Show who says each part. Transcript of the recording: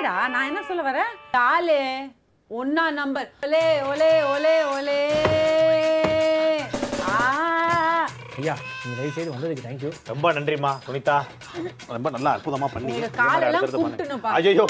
Speaker 1: இல்லடா நான் என்ன சொல்ல வரேன் ஆளு ஒன்னா நம்பர் ஒலே ஒலே ஒலே ஒலே ஆ
Speaker 2: ஐயா நீங்கள் தயவு செய்து வந்ததுக்கு தேங்க்யூ
Speaker 3: ரொம்ப நன்றிம்மா புனிதா ரொம்ப நல்லா அற்புதமா பண்ணி
Speaker 1: உங்க காலெல்லாம் கூப்பிட்டுன்னு பா
Speaker 3: ஐயோ